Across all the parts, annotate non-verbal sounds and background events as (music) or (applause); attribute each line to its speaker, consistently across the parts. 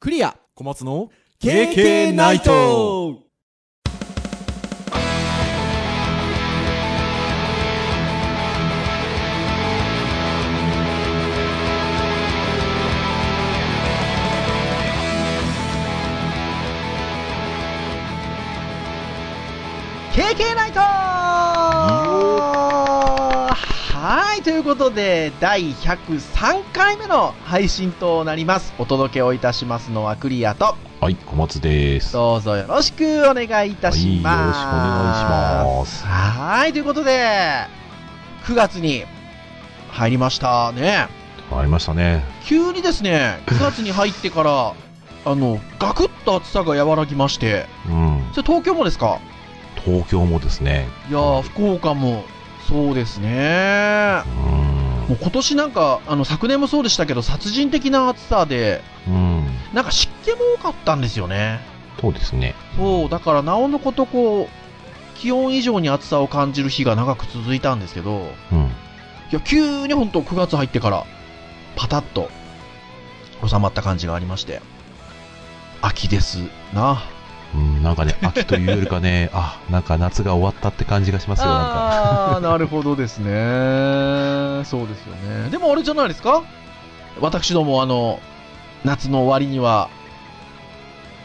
Speaker 1: クリア
Speaker 2: 小松の
Speaker 1: KK ナイト
Speaker 3: 「KK ナイト」はいということで第103回目の配信となりますお届けをいたしますのはクリアと
Speaker 4: はい、小松です。
Speaker 3: どうぞよろしくお願いいたします
Speaker 4: はい、よろしくお願いします。
Speaker 3: はいということで9月に入りましたね
Speaker 4: ありましたね。
Speaker 3: 急にですね9月に入ってからあのガクッと暑さが和らぎまして
Speaker 4: うん。
Speaker 3: それ東京もですか
Speaker 4: 東京もですね。
Speaker 3: いやー福岡もそうですね
Speaker 4: う
Speaker 3: も
Speaker 4: ん。
Speaker 3: う今年なんかあの昨年もそうでしたけど殺人的な暑さで
Speaker 4: うん。
Speaker 3: なんか湿気も多かったんですよね
Speaker 4: そうですね。
Speaker 3: そうだからなおのことこう気温以上に暑さを感じる日が長く続いたんですけど
Speaker 4: うん。
Speaker 3: いや急に本当9月入ってからパタッと収まった感じがありまして秋ですな
Speaker 4: うん、なんかね、 (laughs) 秋というよりかね、あ、なんか夏が終わったって感じがしますよ、なんか。
Speaker 3: ああなるほどですねそうですよねでもあれじゃないですか私どもあの夏の終わりには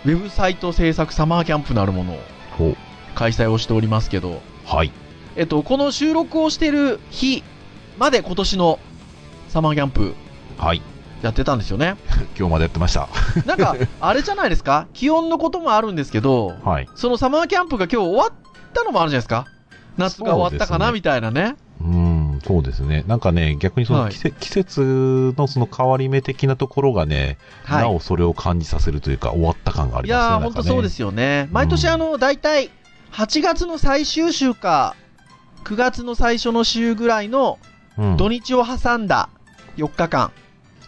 Speaker 3: ウェブサイト制作サマーキャンプなるものを
Speaker 4: ほう。
Speaker 3: 開催をしておりますけど
Speaker 4: はい。
Speaker 3: えっとこの収録をしてる日まで今年のサマーキャンプ
Speaker 4: はい。
Speaker 3: やってたんで
Speaker 4: (laughs)
Speaker 3: すよね
Speaker 4: 今日までやってました。
Speaker 3: なんかあれじゃないですか気温のこともあるんですけど
Speaker 4: はい。
Speaker 3: そのサマーキャンプが今日終わったのもあるじゃないですか夏が終わった
Speaker 4: そ
Speaker 3: か
Speaker 4: うです
Speaker 3: な
Speaker 4: ね
Speaker 3: みたいなね
Speaker 4: うん、そうですね。なんかね、逆にそ
Speaker 3: は
Speaker 4: の
Speaker 3: い
Speaker 4: 季節,、季節のその変わり目的なところがね、
Speaker 3: はい
Speaker 4: なおそれを感じさせるというか、終わった感があ
Speaker 3: い
Speaker 4: りますね。
Speaker 3: やー、
Speaker 4: なん
Speaker 3: 本
Speaker 4: か
Speaker 3: 当
Speaker 4: ね
Speaker 3: そうですよね。毎年、
Speaker 4: うん
Speaker 3: あの、大体、8月の最終週か、9月の最初の週ぐらいの
Speaker 4: うん
Speaker 3: 土日を挟んだ4日間、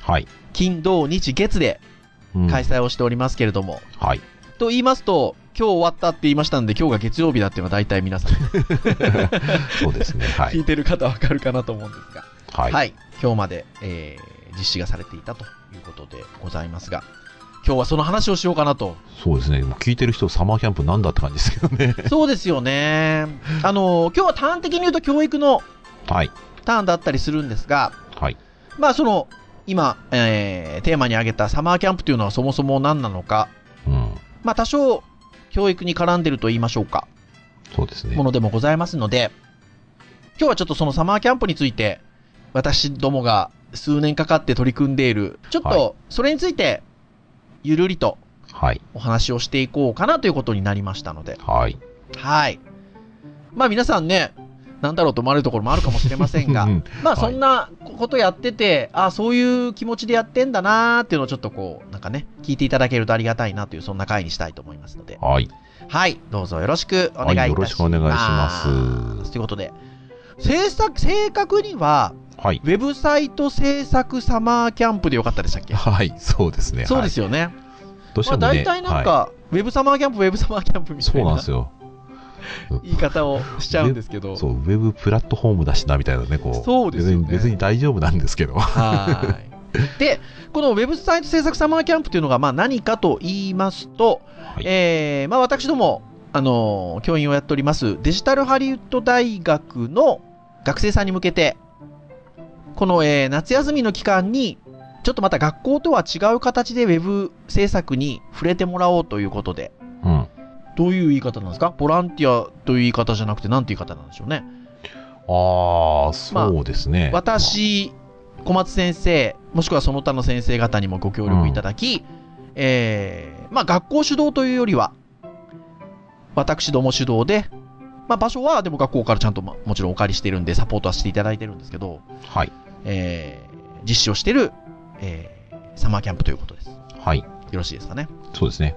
Speaker 4: はい。
Speaker 3: 金、土、日、月で
Speaker 4: うん
Speaker 3: 開催をしておりますけれども。
Speaker 4: はい。
Speaker 3: と言いますと、今日終わったって言いましたんで、今日が月曜日だっていうのは大体皆さん
Speaker 4: そうですね。は
Speaker 3: 聞
Speaker 4: い。
Speaker 3: いてる方わかるかなと思うんですが。
Speaker 4: は。
Speaker 3: はいい、今日まで、えー実施がされていたということでございますが、今日はその話をしようか
Speaker 4: (laughs)
Speaker 3: なと
Speaker 4: そうですね。もう聞いてる人、サマーキャンプなんだって感じですけど
Speaker 3: (laughs)
Speaker 4: ね。
Speaker 3: そうですよね。あの、今日は端的に言うと教育の
Speaker 4: はい。
Speaker 3: ターンだったりするんですが、
Speaker 4: はい。
Speaker 3: まあその、今、えーテーマに挙げたサマーキャンプというのはそもそも何なのか、
Speaker 4: うん。
Speaker 3: まあ多少教育に絡んでると言いましょうか、
Speaker 4: そうですね
Speaker 3: も。のでもございますので、今日はちょっとそのサマーキャンプについて、私どもが数年かかって取り組んでいる、ちょっ
Speaker 4: は
Speaker 3: とそれについて、ゆるりと
Speaker 4: はい。
Speaker 3: お話をしていこうかなということになりましたので、
Speaker 4: はい。
Speaker 3: はい。まあ皆さんね、なんだろうと思われるところもあるかもしれませんが
Speaker 4: う、ん
Speaker 3: まあ
Speaker 4: は
Speaker 3: そ
Speaker 4: い
Speaker 3: んなことやってて、あそういう気持ちでやってんだなーっていうのをちょっとこう、なんかね、聞いていただけるとありがたいなという、そんな回にしたいと思いますの
Speaker 4: (laughs)
Speaker 3: で。
Speaker 4: はい。
Speaker 3: はい、どうぞよろしくお願いいた
Speaker 4: はい
Speaker 3: します。
Speaker 4: よろしくお願いします
Speaker 3: ということで、制作、正確には、
Speaker 4: はい。
Speaker 3: ウェブサイト制作サマーキャンプでよかったでしたっけ
Speaker 4: はい。そうですね。。
Speaker 3: そうですすよね。
Speaker 4: どうして
Speaker 3: まあ
Speaker 4: もね。
Speaker 3: 大体なんか、
Speaker 4: は
Speaker 3: ウェブサマーキャンプ、ウェブサマーキャンプみ
Speaker 4: い
Speaker 3: た
Speaker 4: そ
Speaker 3: いう
Speaker 4: なん
Speaker 3: な
Speaker 4: ですよ。
Speaker 3: 言い方をしちゃうんですけ
Speaker 4: (laughs)
Speaker 3: ど。
Speaker 4: そう、ウェブプラットフォームだしな、みたいなね、こう。
Speaker 3: そうですよね
Speaker 4: 別に別に大丈夫なんです
Speaker 3: (laughs)
Speaker 4: けど。
Speaker 3: はい。で、このウェブサイト制作サマーキャンプというのがまあ何かと言いますと、
Speaker 4: い
Speaker 3: えーまあ、私ども、あのー教員をやっておりますデジタルハリウッド大学の学生さんに向けて、この、えー夏休みの期間に、ちょっとまた学校とは違う形でウェブ制作に触れてもらおうということで、
Speaker 4: うん。
Speaker 3: どういう言い方なんですかボランティアという言い方じゃなくて何て言い方なんでしょうね。
Speaker 4: ああ、そうですね。
Speaker 3: 私、小松先生、もしくはその他の先生方にもご協力いただき、えーまあ学校主導というよりは、私ども主導で、まあ場所はでも学校からちゃんとももちろんお借りしてるんでサポートはしていただいてるんですけど、
Speaker 4: はい。
Speaker 3: えー実施をしてる、えーサマーキャンプということです。よ
Speaker 4: はい。
Speaker 3: ろしいですかね。
Speaker 4: そうですね。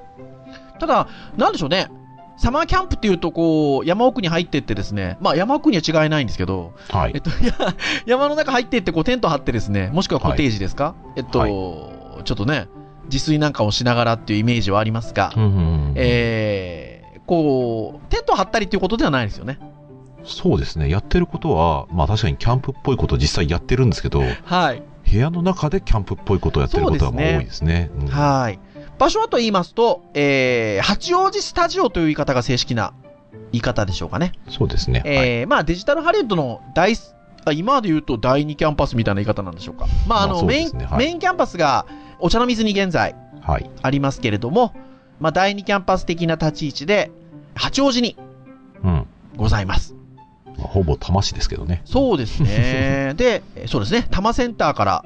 Speaker 3: ただ、なんでしょうね。サマーキャンプっていうと、こう、山奥に入ってってですね、まあ山奥には違いないんですけど、
Speaker 4: は
Speaker 3: えっ
Speaker 4: い。
Speaker 3: と、 (laughs) いや、山の中入っていって、こう、テント張ってですね、もしくはコテージですか、えっと、
Speaker 4: は
Speaker 3: ちょっとね、自炊なんかをしながらっていうイメージはありますが、
Speaker 4: うんうんうん
Speaker 3: えー、こう、テント張ったりっていうことではないですよね。
Speaker 4: そうですね。やってることは、まあ確かにキャンプっぽいこと実際やってるんですけど、
Speaker 3: はい。
Speaker 4: 部屋の中でキャンプっぽいことをやってることはまあ
Speaker 3: そうですね
Speaker 4: 多いですね。うん
Speaker 3: はい。場所はと言いますと、えー八王子スタジオという言い方が正式な言い方でしょうかね。
Speaker 4: そうですね。はい
Speaker 3: えーまあデジタルハリウッドの第す、あ今で言うと第2キャンパスみたいな言い方なんでしょうか。まああ
Speaker 4: まあ
Speaker 3: の、
Speaker 4: そう
Speaker 3: メイ
Speaker 4: で
Speaker 3: ン
Speaker 4: す、ねはい
Speaker 3: メインキャンパスがお茶の水に現在
Speaker 4: はい。
Speaker 3: ありますけれども、まあ第2キャンパス的な立ち位置で、八王子に
Speaker 4: うん。
Speaker 3: ございます。
Speaker 4: まあほぼ多摩市ですけどね。
Speaker 3: そうです
Speaker 4: (laughs)
Speaker 3: ね。で、えーそうですね。多摩センターから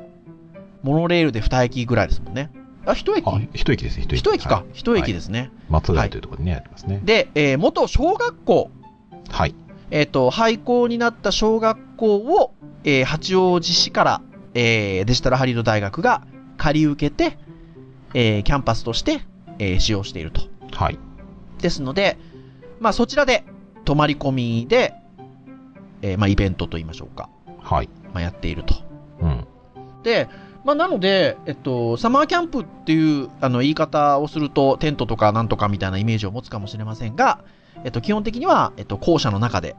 Speaker 3: モノレールで2駅ぐらいですもんね。あ、1駅
Speaker 4: あ、一駅ですね、一駅。
Speaker 3: 一駅
Speaker 4: は
Speaker 3: か
Speaker 4: い。。
Speaker 3: 一、駅ですね。
Speaker 4: 松台というところにね、ありますね。
Speaker 3: で、えー元小学校、
Speaker 4: はい。
Speaker 3: えっ、と、廃校になった小学校を、えー八王子市から、えーデジタルハリウッド大学が借り受けて、えーキャンパスとして、えー使用していると。
Speaker 4: はい。
Speaker 3: ですので、まあそちらで、泊まり込みで、えーまあイベントと言いましょうか。
Speaker 4: はい。
Speaker 3: まあやっていると。
Speaker 4: うん。
Speaker 3: で、まあ、なので、えっと、サマーキャンプっていうあの言い方をすると、テントとかなんとかみたいなイメージを持つかもしれませんが、えっと、基本的には、えっと、校舎の中で。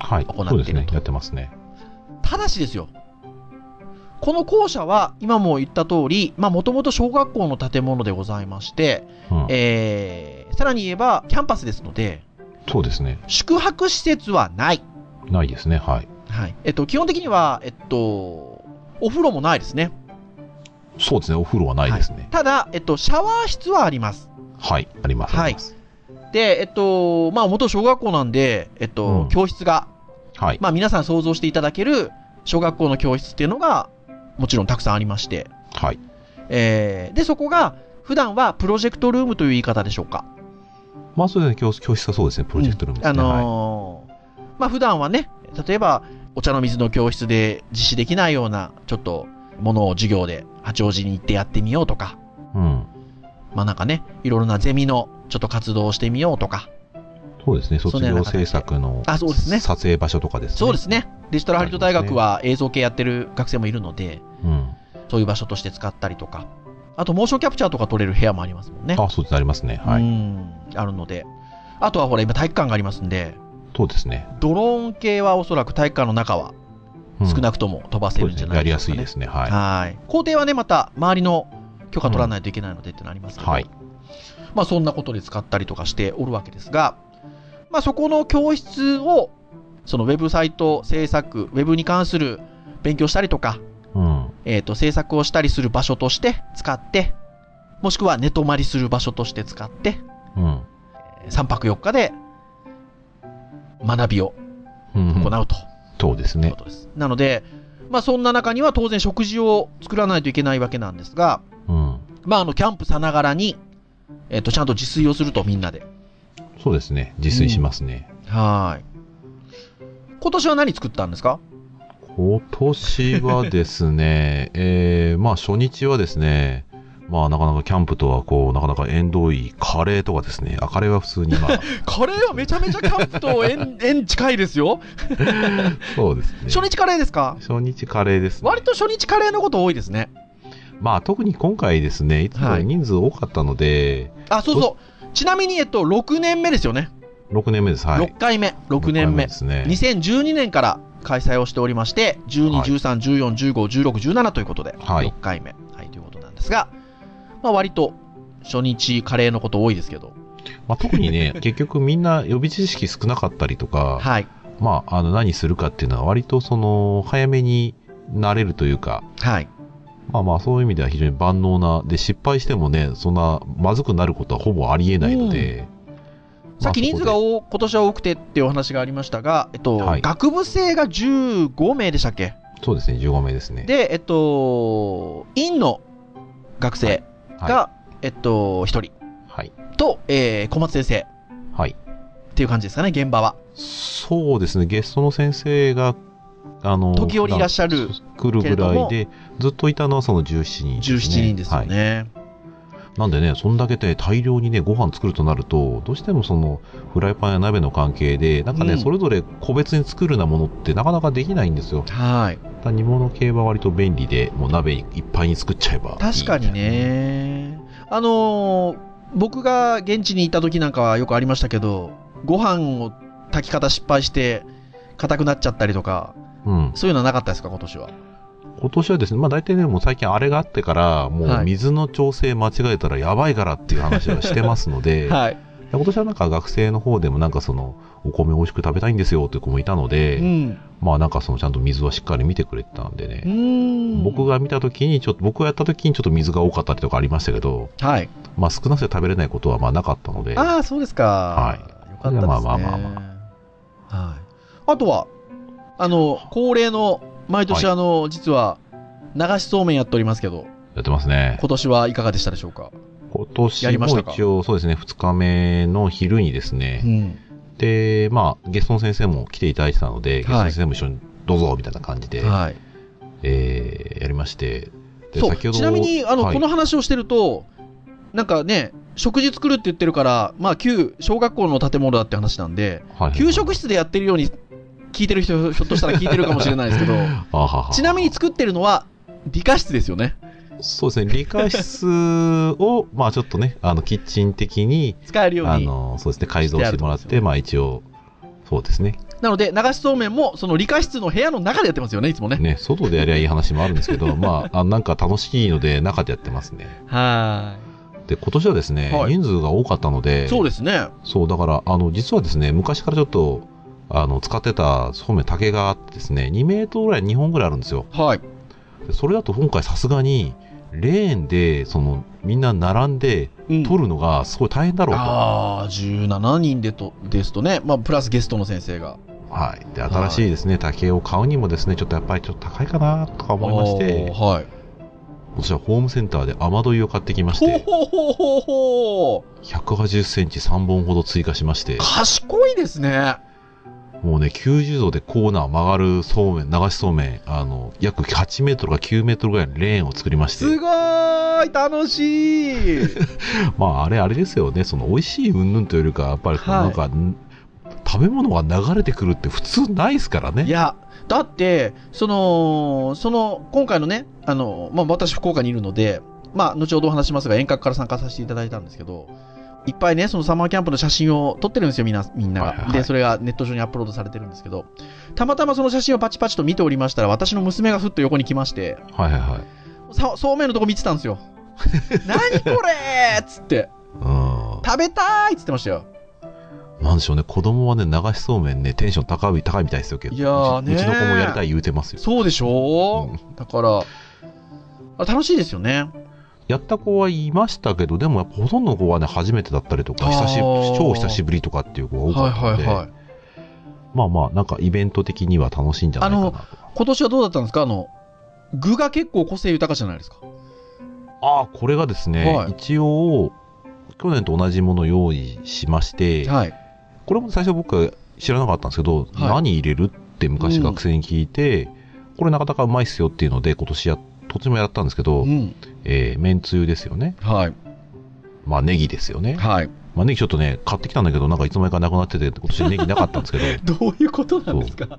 Speaker 4: はい。
Speaker 3: 行ってると
Speaker 4: そうですね。やってますね。
Speaker 3: ただしですよ、この校舎は、今も言った通り、まあ、もともと小学校の建物でございまして、
Speaker 4: うん。
Speaker 3: えー、さらに言えば、キャンパスですので、
Speaker 4: そうですね。
Speaker 3: 宿泊施設はない。
Speaker 4: ないですね。はい。
Speaker 3: はい。えっと、基本的には、えっと、お風呂もないですね。
Speaker 4: そうですね。お風呂はないですね。
Speaker 3: ただ、えっと、シャワー室はあります。
Speaker 4: はい。あります。
Speaker 3: は
Speaker 4: あ
Speaker 3: い
Speaker 4: ります
Speaker 3: で、えっと、まあ、元小学校なんで、えっと、
Speaker 4: うん
Speaker 3: 教室が、
Speaker 4: はい。
Speaker 3: まあ、皆さん想像していただける小学校の教室っていうのが、もちろんたくさんありまして、
Speaker 4: はい。
Speaker 3: えーで、そこが、普段はプロジェクトルームという言い方でしょうか。
Speaker 4: まあ、そうですね。教室教室はそうですね。プロジェクトルームです
Speaker 3: あ
Speaker 4: ね。はい
Speaker 3: のーまあ、普段はね、例えば、お茶の水の教室で実施できないような、ちょっと、ものを授業で八王子に行ってやってみようとか、
Speaker 4: うん。
Speaker 3: まあ、なんかね、いろいろなゼミの、ちょっと活動をしてみようとか、
Speaker 4: そうですね。卒
Speaker 3: そんな
Speaker 4: 業
Speaker 3: 中で
Speaker 4: 制作の
Speaker 3: あそうですね
Speaker 4: 撮影場所とかですね。
Speaker 3: そうです。ね。デジタルハリウッド大学は映像系やってる学生もいるので、
Speaker 4: うん。
Speaker 3: そういう場所として使ったりとか。あと、モーションキャプチャーとか撮れる部屋もありますもんね。
Speaker 4: あ、そうです。ありますね。は
Speaker 3: う
Speaker 4: い。
Speaker 3: ん。あるので。あとはほら、今体育館がありますんで、
Speaker 4: そうですね。
Speaker 3: ドローン系はおそらく体育館の中は
Speaker 4: うん
Speaker 3: 少なくとも飛ばせ
Speaker 4: そうで
Speaker 3: るんじ
Speaker 4: す
Speaker 3: ゃ
Speaker 4: ね。
Speaker 3: な
Speaker 4: や
Speaker 3: い
Speaker 4: りや
Speaker 3: ですすか
Speaker 4: い
Speaker 3: ね。
Speaker 4: ですね。はい。
Speaker 3: はい。工程はね、また周りの許可取らないといけないのでってなりますけど、
Speaker 4: はい。
Speaker 3: まあそんなことで使ったりとかしておるわけですが、まあそこの教室を、そのウェブサイト制作、ウェブに関する勉強したりとか、
Speaker 4: うん。
Speaker 3: えっ、と、制作をしたりする場所として使って、もしくは寝泊まりする場所として使って、
Speaker 4: うん。
Speaker 3: 3泊4日で学びを
Speaker 4: うん
Speaker 3: 行うと
Speaker 4: そうです
Speaker 3: いう
Speaker 4: ね
Speaker 3: こ。とです。なので、まあそんな中には当然食事を作らないといけないわけなんですが、
Speaker 4: うん。
Speaker 3: まああの、キャンプさながらに、えっ、と、ちゃんと自炊をするとみんなで。
Speaker 4: そうですね。自炊しますね。
Speaker 3: はーい。今年は何作ったんですか
Speaker 4: 今年はですね、 (laughs) えー、まあ初日はですね、まあなかなかキャンプとはこう、なかなか縁遠いカレーとかですね、あ、カレーは普通にま
Speaker 3: (laughs)
Speaker 4: あ、
Speaker 3: カレーはめちゃめちゃキャンプと (laughs) 縁、縁近いですよ。
Speaker 4: そうですね。
Speaker 3: 初日カレーですか
Speaker 4: 初日カレーですね。
Speaker 3: 割と初日カレーのこと多いですね。
Speaker 4: まあ特に今回ですね、いつもより人数多かったので、
Speaker 3: あ、そうそう。ちなみに、えっと、6年目ですよね。
Speaker 4: 6年目です。はい。
Speaker 3: 6回目、6年目
Speaker 4: 六。ですね。
Speaker 3: 2012年から開催をしておりまして、12、
Speaker 4: はい
Speaker 3: 13、14、15、16、17ということで、
Speaker 4: はい
Speaker 3: 6回目、はい、ということなんですが、まあ、割と初日カレーのこと多いですけど、
Speaker 4: まあ特に
Speaker 3: (laughs)
Speaker 4: ね、結局みんな予備知識少なかったりとか、
Speaker 3: はい、
Speaker 4: まあ、あの、何するかっていうのは割とその、早めになれるというか、
Speaker 3: はい、
Speaker 4: まあまあ、そういう意味では非常に万能な、で、失敗してもね、そんな、まずくなることはほぼありえないので、
Speaker 3: さっき人数が
Speaker 4: 多
Speaker 3: 多今年は多くてっていうお話がありましたが、えっと、
Speaker 4: はい
Speaker 3: 学部生が15名でしたっけ
Speaker 4: そうですね、15名ですね。
Speaker 3: で、えっと、院の学生が、
Speaker 4: は
Speaker 3: えっと、1人
Speaker 4: い、はい。
Speaker 3: と、えー小松先生
Speaker 4: はい。
Speaker 3: っていう感じですかね、現場は。
Speaker 4: そうですね、ゲストの先生が、あの、
Speaker 3: 時折いらっしゃる
Speaker 4: 普段来るぐらい
Speaker 3: け
Speaker 4: で、ずっといたのはその17人、
Speaker 3: 17人ですよ
Speaker 4: はい。
Speaker 3: ね。
Speaker 4: なんでね、そんだけで大量にね、ご飯作るとなると、どうしてもその、フライパンや鍋の関係で、なんかね、
Speaker 3: うん
Speaker 4: それぞれ個別に作るようなものってなかなかできないんですよ。
Speaker 3: はい。
Speaker 4: ただ煮物系は割と便利で、もう鍋いっぱいに作っちゃえばいいみたいな。
Speaker 3: 確かにね。あのー僕が現地に行った時なんかはよくありましたけど、ご飯を炊き方失敗して、硬くなっちゃったりとか、
Speaker 4: うん。
Speaker 3: そういうのはなかったですか、今年は。
Speaker 4: 今年はですね、まあ大体ね、もう最近あれがあってから、も
Speaker 3: は
Speaker 4: う
Speaker 3: い
Speaker 4: 水の調整間違えたらやばいからっていう話はしてますので、
Speaker 3: (laughs) はい。
Speaker 4: 今年はなんか学生の方でもなんかその、お米美味しく食べたいんですよっていう子もいたので、
Speaker 3: うん。
Speaker 4: まあなんかそのちゃんと水はしっかり見てくれてたんで
Speaker 3: う
Speaker 4: ね、
Speaker 3: ん。
Speaker 4: 僕。が見た時にちょっと、僕がやった時にちょっと水が多かったりとかありましたけど、
Speaker 3: はい。
Speaker 4: まあ少なくて食べれないことはまあなかったので、
Speaker 3: ああ、そうですか。
Speaker 4: はい
Speaker 3: よかったですね。
Speaker 4: まあまあまあ
Speaker 3: はい。あとは、あの、恒例の、毎年
Speaker 4: はい
Speaker 3: あの、実は、流しそうめんやっておりますけど、
Speaker 4: やってますね。
Speaker 3: 今年はいかがでしたでしょうか
Speaker 4: 今
Speaker 3: や
Speaker 4: 年
Speaker 3: りまし
Speaker 4: も
Speaker 3: たか
Speaker 4: 一応そうですね、2日目の昼にですね
Speaker 3: う、ん。
Speaker 4: で、まあゲストの先生も来ていただいてたので、ゲストの
Speaker 3: はい
Speaker 4: 先生も一緒にどうぞみたいな感じで、
Speaker 3: はい。
Speaker 4: えーやりまして、で
Speaker 3: そう、ちなみに、あの、
Speaker 4: はい
Speaker 3: この話をしてると、なんかね、食事作るって言ってるから、まあ、旧小学校の建物だって話なんで、
Speaker 4: はいはい
Speaker 3: 給食室でやってるように聞いてる人、ひょっとしたら聞いてるかもしれないですけど、
Speaker 4: (laughs) あはは
Speaker 3: ちなみに作ってるのは、理科室ですよね。
Speaker 4: そうですね、理科室を、 (laughs) まあちょっとね、あの、キッチン的に、
Speaker 3: 使えるよう
Speaker 4: あ
Speaker 3: に。
Speaker 4: の、そうですね、改造してもらっ
Speaker 3: してあ
Speaker 4: て、
Speaker 3: る
Speaker 4: まあ一応、そうですね。
Speaker 3: なので、流しそうめんも、その理科室の部屋の中でやってますよね、いつもね。
Speaker 4: ね、外でやりゃいい話もあるんですけど、まあ、あなんか楽しいので、中でやってますね。
Speaker 3: は
Speaker 4: で、今年はですね、
Speaker 3: はい
Speaker 4: 人数が多かったので、
Speaker 3: そうですね。
Speaker 4: そうだから、あの、実はですね、昔からちょっと、あの、使ってたそうめん竹があってですね、2メートルぐらい、2本ぐらいあるんですよ。
Speaker 3: はい。
Speaker 4: でそれだと今回さすがに、レーンで、その、みんな並んで、
Speaker 3: うん
Speaker 4: 取るのがすごい大変だろうと。
Speaker 3: ああ、17人でとですとね、まあ、プラスゲストの先生が。
Speaker 4: はい、で新しいですね、竹を買うにもですねちょっとやっぱりちょっと高いかなとか思いまして
Speaker 3: あーはい。
Speaker 4: 私はホームセンターで雨どいを買ってきまし
Speaker 3: ほう
Speaker 4: て
Speaker 3: ほうほうほうほう。
Speaker 4: 1 8 0ンチ3本ほど追加しまして
Speaker 3: 賢いですね。
Speaker 4: もうね90度でコーナー曲がるそうめん流しそうめんあの約8メートルか9メートルぐらいのレーンを作りまし
Speaker 3: す
Speaker 4: て
Speaker 3: ごーい楽しい
Speaker 4: まああれあれですよねその美味しい云々というよりかやっぱりこう
Speaker 3: はい
Speaker 4: なんか、ん食べ物が流れてくるって普通ないですから
Speaker 3: い
Speaker 4: ね
Speaker 3: や、だって、その、その、今回のね、あの、まあ、私福岡にいるので、まあ、後ほどお話しますが、遠隔から参加させていただいたんですけど、いっぱいね、そのサマーキャンプの写真を撮ってるんですよ、みんな、みんなが。
Speaker 4: はいはいはい
Speaker 3: で、それがネット上にアップロードされてるんですけど、たまたまその写真をパチパチと見ておりましたら、私の娘がふっと横に来まして、
Speaker 4: はいはいはい
Speaker 3: さそうめんのとこ見てた
Speaker 4: (laughs)
Speaker 3: んですよ。何これーっつって、
Speaker 4: うん
Speaker 3: 食べたーいっつってましたよ。
Speaker 4: なんでしょうね、子供はね、流しそうめんね、テンション高い、高いみたいですよ、結構。
Speaker 3: いやー
Speaker 4: うち
Speaker 3: ねー
Speaker 4: うちの子もやりたい言うてますよ。
Speaker 3: そうでしょ
Speaker 4: うん
Speaker 3: だから、あ楽しいですよね。
Speaker 4: やった子はいましたけど、でもやっぱほとんどの子はね、初めてだったりとか、
Speaker 3: あー
Speaker 4: 久し超久しぶりとかっていう子が多かったので、
Speaker 3: い。
Speaker 4: まあまあ、なんかイベント的には楽しいんじゃないかなと。
Speaker 3: 今年はどうだったんですかあの、具が結構個性豊かじゃないですか。
Speaker 4: ああー、これがですね、
Speaker 3: はい
Speaker 4: 一応、去年と同じものを用意しまして、
Speaker 3: はい。
Speaker 4: これも最初僕は知らなかったんですけど、
Speaker 3: はい
Speaker 4: 何入れるって昔
Speaker 3: うん
Speaker 4: 学生に聞いて、これなかなかうまいっすよっていうので、今年や、どっちもやったんですけど、
Speaker 3: うん。
Speaker 4: えー、めんつゆですよね。
Speaker 3: はい。
Speaker 4: まあネギですよね。
Speaker 3: はい。
Speaker 4: まあネギちょっとね、買ってきたんだけど、なんかいつの間にかなくなってて、今年ネギなかったんです
Speaker 3: (laughs)
Speaker 4: けど、
Speaker 3: どういうことなんですか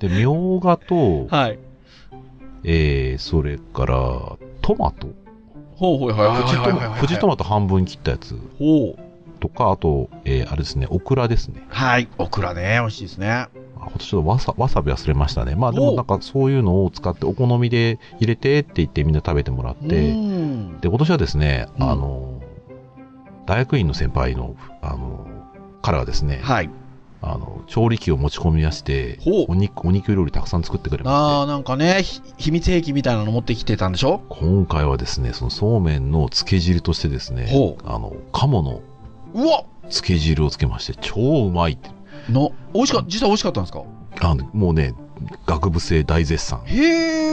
Speaker 4: で、みょうがと、
Speaker 3: はい。
Speaker 4: えー、それから、トマト。
Speaker 3: ほうほうはいはい
Speaker 4: プチ
Speaker 3: は
Speaker 4: ト
Speaker 3: いはい
Speaker 4: マ
Speaker 3: はい。
Speaker 4: トプチトマト半分切ったやつ
Speaker 3: ほう。
Speaker 4: とか、あと、えー、あれですね、オクラですね。
Speaker 3: はい。オクラね、美味しいですね。
Speaker 4: あ今年ちょっとわさわさび忘れましたね。まあでも
Speaker 3: お
Speaker 4: なんかそういうのを使って、お好みで入れてって言ってみんな食べてもらって、
Speaker 3: うん
Speaker 4: で、今年はですね、
Speaker 3: うん
Speaker 4: あの、大学院の先輩の、あの、彼がですね、
Speaker 3: はい。
Speaker 4: あの、調理器を持ち込み出して、
Speaker 3: ほ
Speaker 4: お
Speaker 3: う。
Speaker 4: 肉、お肉料理たくさん作ってくれ
Speaker 3: あ
Speaker 4: ま
Speaker 3: あ、なんかね、ひ秘密兵器みたいなの持ってきてたんでしょ
Speaker 4: して、今回はですね、そのそうめんの漬け汁としてですね、
Speaker 3: ほ
Speaker 4: あの、鴨の
Speaker 3: う。うわ
Speaker 4: 漬け汁をつけまして、超うまいって。
Speaker 3: の、美味しかった、実際美味しかったんですか
Speaker 4: あの、もうね、学部生大絶賛。
Speaker 3: へ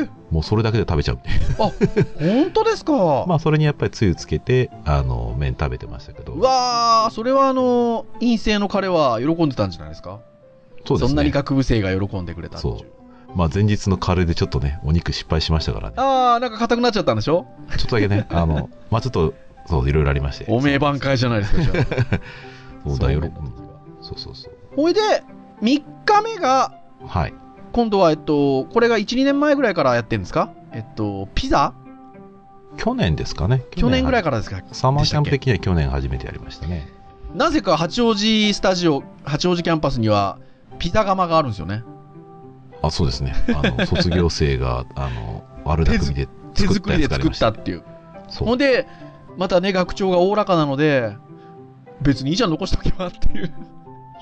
Speaker 3: え。
Speaker 4: もうそれだけで食べちゃう。
Speaker 3: 本当ですか
Speaker 4: (laughs) まあ、それにやっぱりつゆつけて、あの、麺食べてましたけど。
Speaker 3: うわー、それはあの、陰性の彼は喜んでたんじゃないですか
Speaker 4: そ
Speaker 3: そ,、
Speaker 4: うです
Speaker 3: んなに
Speaker 4: ね。
Speaker 3: 学部生が喜んでくれたってい
Speaker 4: そうまあ、前日のカレーでちょっとね、お肉失敗しましたからね。
Speaker 3: あー、なんか硬くなっちゃったんでしょ
Speaker 4: ちょっとだけね、あ
Speaker 3: (laughs)
Speaker 4: の、まあ、ちょっと、そう、いろいろありまして。
Speaker 3: おめえ挽回じゃないですか、じゃあ。
Speaker 4: (laughs) そうだよ。ん
Speaker 3: そううめんの時は
Speaker 4: そうそうそう。
Speaker 3: ほいで、3日目が、
Speaker 4: はい。
Speaker 3: 今度は、えっと、これが1、2年前ぐらいからやってるんですかえっと、ピザ
Speaker 4: 去年ですかね。
Speaker 3: 去年ぐら
Speaker 4: い
Speaker 3: いからですか
Speaker 4: サマーキャンプ的には去年初めてやりましたね。
Speaker 3: なぜか八王子スタジオ、八王子キャンパスには、ピザ窯があるんですよね。
Speaker 4: あそうですねあ
Speaker 3: (laughs)
Speaker 4: の卒業生があの悪巧みで
Speaker 3: 手
Speaker 4: 作っ
Speaker 3: 作
Speaker 4: た
Speaker 3: り
Speaker 4: や
Speaker 3: で
Speaker 4: つがあり
Speaker 3: 作
Speaker 4: ま
Speaker 3: っ
Speaker 4: したた
Speaker 3: っていう
Speaker 4: そう
Speaker 3: ほんでまたね学長がおおらかなので別にいいじゃん残しとけばっていう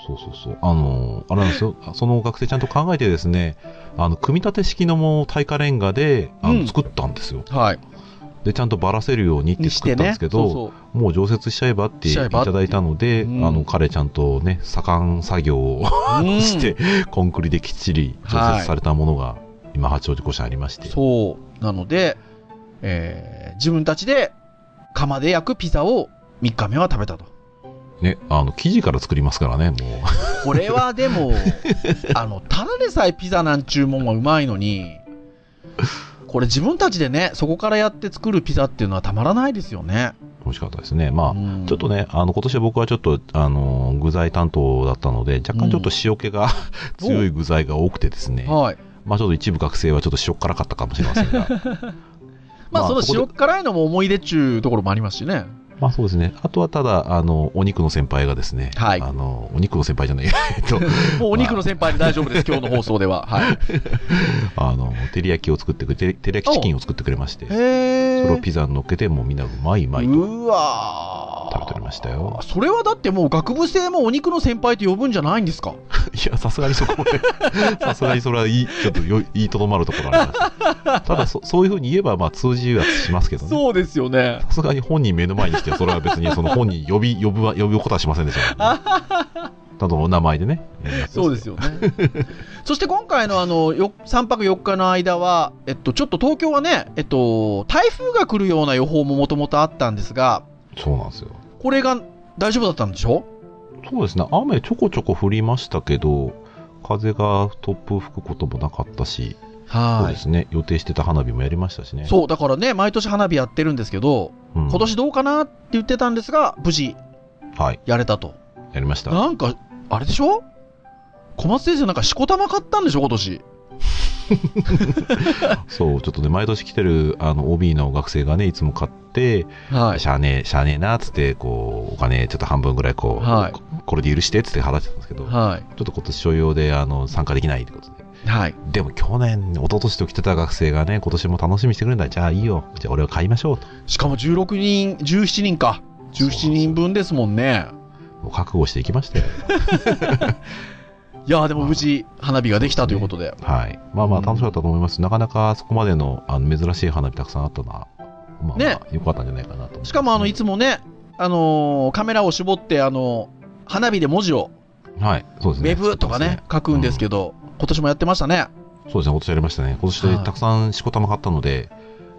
Speaker 4: そうそうそう。あの、あれなんですよ。その学生ちゃんと考えてですね、あの、組み立て式のもう耐火レンガで、あ
Speaker 3: うん
Speaker 4: の、作ったんですよ。
Speaker 3: はい
Speaker 4: で、ちゃんとばらせるようにって
Speaker 3: に
Speaker 4: 作ったんですけど、
Speaker 3: そう
Speaker 4: もう常設しちゃえばって
Speaker 3: し
Speaker 4: い
Speaker 3: ちゃえ
Speaker 4: た
Speaker 3: ばって
Speaker 4: だいたので、
Speaker 3: うん
Speaker 4: あの、彼ちゃんとね、左官作業を
Speaker 3: そううん
Speaker 4: して、 (laughs) コンクリできっちり常設されたものが、今、八王子校舎にありまして。
Speaker 3: そうなので、えー自分たちで釜で焼くピザを3日目は食べ
Speaker 4: (laughs)
Speaker 3: たと
Speaker 4: ね、あの、生地から作りますからね、もう。 (laughs)
Speaker 3: これはでも (laughs) あのただでさえピザなんちゅうもんはうまいのにこれ自分たちでねそこからやって作るピザっていうのはたまらないですよね
Speaker 4: 美味しかったですね。まあ、
Speaker 3: うん
Speaker 4: ちょっとね、あの、今年は僕はちょっと、あの、具材担当だったので、若干ちょっと塩気が、
Speaker 3: う
Speaker 4: (laughs)
Speaker 3: ん
Speaker 4: 強い具材が多くてですね、
Speaker 3: はい
Speaker 4: まあちょっと一部学生はちょっと塩辛かったかもしれません
Speaker 3: (laughs)
Speaker 4: が、
Speaker 3: まあ
Speaker 4: まあ
Speaker 3: その
Speaker 4: そこで
Speaker 3: 塩辛いのも思い出っちゅうところもありますしね
Speaker 4: まあそうですね、あとはただ、あの、お肉の先輩がですね、
Speaker 3: はい
Speaker 4: あの、お肉の先輩じゃない、 (laughs) えっと、
Speaker 3: もうお肉の先輩で大丈
Speaker 4: (laughs)
Speaker 3: 夫です今日の放送では、はい、
Speaker 4: あの、照り焼きを作ってくれ、て照り焼きチキンを作ってくれまして、そ
Speaker 3: へ
Speaker 4: れをピザに乗っけて、もうみんなうまいうまいと
Speaker 3: うわー
Speaker 4: 食べておりましたよ。
Speaker 3: それはだってもう学部生もお肉の先輩と呼ぶんじゃないんですか
Speaker 4: いや、さすがにそこま
Speaker 3: (laughs)
Speaker 4: で、さすがにそれはいい、ちょっとよい言いとどまるところありました。ただそ、そういうふうに言えば、まあ通じはしますけどね。
Speaker 3: うですよね
Speaker 4: さすがに本人目の前にして、それは別にその本人呼び、 (laughs) 呼ぶは、呼ぶことはしませんでしたけどね、ただお名前でね。
Speaker 3: そうですよねそして今回のあのよ3泊4日の間は、えっと、ちょっと東京はね、えっと、台風が来るような予報ももともとあったんですが
Speaker 4: そうなんですよ。
Speaker 3: これが大丈夫だったんでしょ
Speaker 4: そうですね。雨ちょこちょこ降りましたけど、風が突風吹くこともなかったし、そう
Speaker 3: は
Speaker 4: ですね。予定してた花火もやりましたしね。
Speaker 3: そうだからね毎年花火やってるんですけど
Speaker 4: うん
Speaker 3: 今年どうかなって言ってたんですが無事
Speaker 4: はい。
Speaker 3: やれたと
Speaker 4: やりました。
Speaker 3: なんかあれでしょ小松先生なんかしこたま買ったんでしょ今年
Speaker 4: そう、ちょっとね、毎年来てる、あの、OB の学生がね、いつも買って、
Speaker 3: はい
Speaker 4: しゃあねえ、しゃあねえな、つって、こう、お金ちょっと半分ぐらい、こう、
Speaker 3: はい
Speaker 4: ここれで許して、つって払ってたんですけど、ちょ
Speaker 3: は
Speaker 4: っと今年所用で、あの、参加できないってことで。
Speaker 3: いはい
Speaker 4: でも去年、一昨年と来てた学生がね、今年も楽しみにしてくれるんだ。じゃあいいよ。じゃあ俺を買いましょうと。
Speaker 3: しかも16人17人か17人分ですもんね
Speaker 4: もう覚悟していきま
Speaker 3: (laughs)
Speaker 4: したよ。
Speaker 3: いやーでも無事花火ができたということで、
Speaker 4: はい。まあまあ楽しかったと思います。なかなかそこまでのあの珍しい花火たくさんあったな。まあ、まあ、
Speaker 3: ね
Speaker 4: よかったんじゃないかなと思いますね、
Speaker 3: しかもあのい
Speaker 4: つ
Speaker 3: つもね、あのーカメラを絞って、あのー花火で文字を
Speaker 4: はい。そうです
Speaker 3: ウ
Speaker 4: ね。
Speaker 3: ェブとかね書くんですけど、今年もやってましたね
Speaker 4: そうですね。今年やりましたね。今
Speaker 3: は
Speaker 4: 年
Speaker 3: い
Speaker 4: たくさんしこたま買ったので、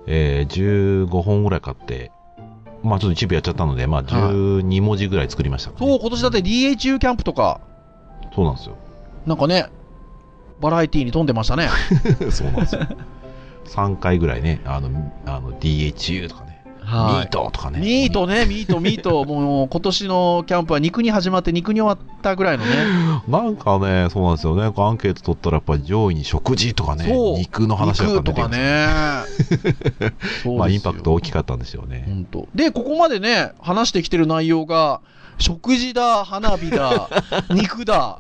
Speaker 4: えー、15本ぐらい買って、まあちょっと一部やっちゃったので、まあ12文字ぐらい作りました、
Speaker 3: そう今年だって DHU キャンプとか
Speaker 4: そうなんですよ。
Speaker 3: なんかねバラエティーに富んでましたね
Speaker 4: (laughs) そうなんですよ。3回ぐらいね、あの、あの DHU とかね、ミートとかね。
Speaker 3: ミートね、ミート、ミート、もう今年のキャンプは肉に始まって肉に終わったぐらいのね、
Speaker 4: なんかね、そうなんですよね。アンケート取ったらやっぱり上位に食事とかね
Speaker 3: そう、
Speaker 4: 肉の話がやっ
Speaker 3: 肉
Speaker 4: ぱ出てき
Speaker 3: とか
Speaker 4: ます。
Speaker 3: ね。そうです
Speaker 4: (laughs)
Speaker 3: よ
Speaker 4: まあインパクト大きかったんですよね。
Speaker 3: 本当でここまでね話してきてる内容が食事だ花
Speaker 4: (laughs)
Speaker 3: 火だ肉だ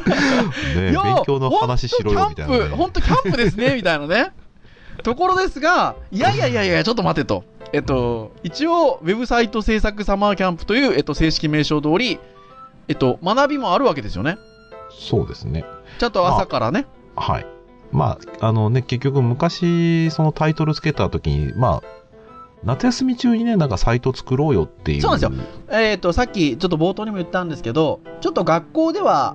Speaker 4: ね
Speaker 3: いや
Speaker 4: 勉強の話しろよみたいな、ね。
Speaker 3: 本当キャンプ本当キャンプです
Speaker 4: (laughs)
Speaker 3: ねみたいなねところですがいやいやいやいやちょっと待てとえっと一応ウェブサイト制作サマーキャンプという、えっと、正式名称通りえっと学びもあるわけですよね
Speaker 4: そうですね。
Speaker 3: ちゃんと朝からね、
Speaker 4: はい。まあ、あのね、結局昔、そのタイトルつけた時に、まあ、夏休み中にね、なんかサイト作ろうよっていう。
Speaker 3: そうなんですえっとさっきちょっと冒頭にも言ったんですけどちょっと学校では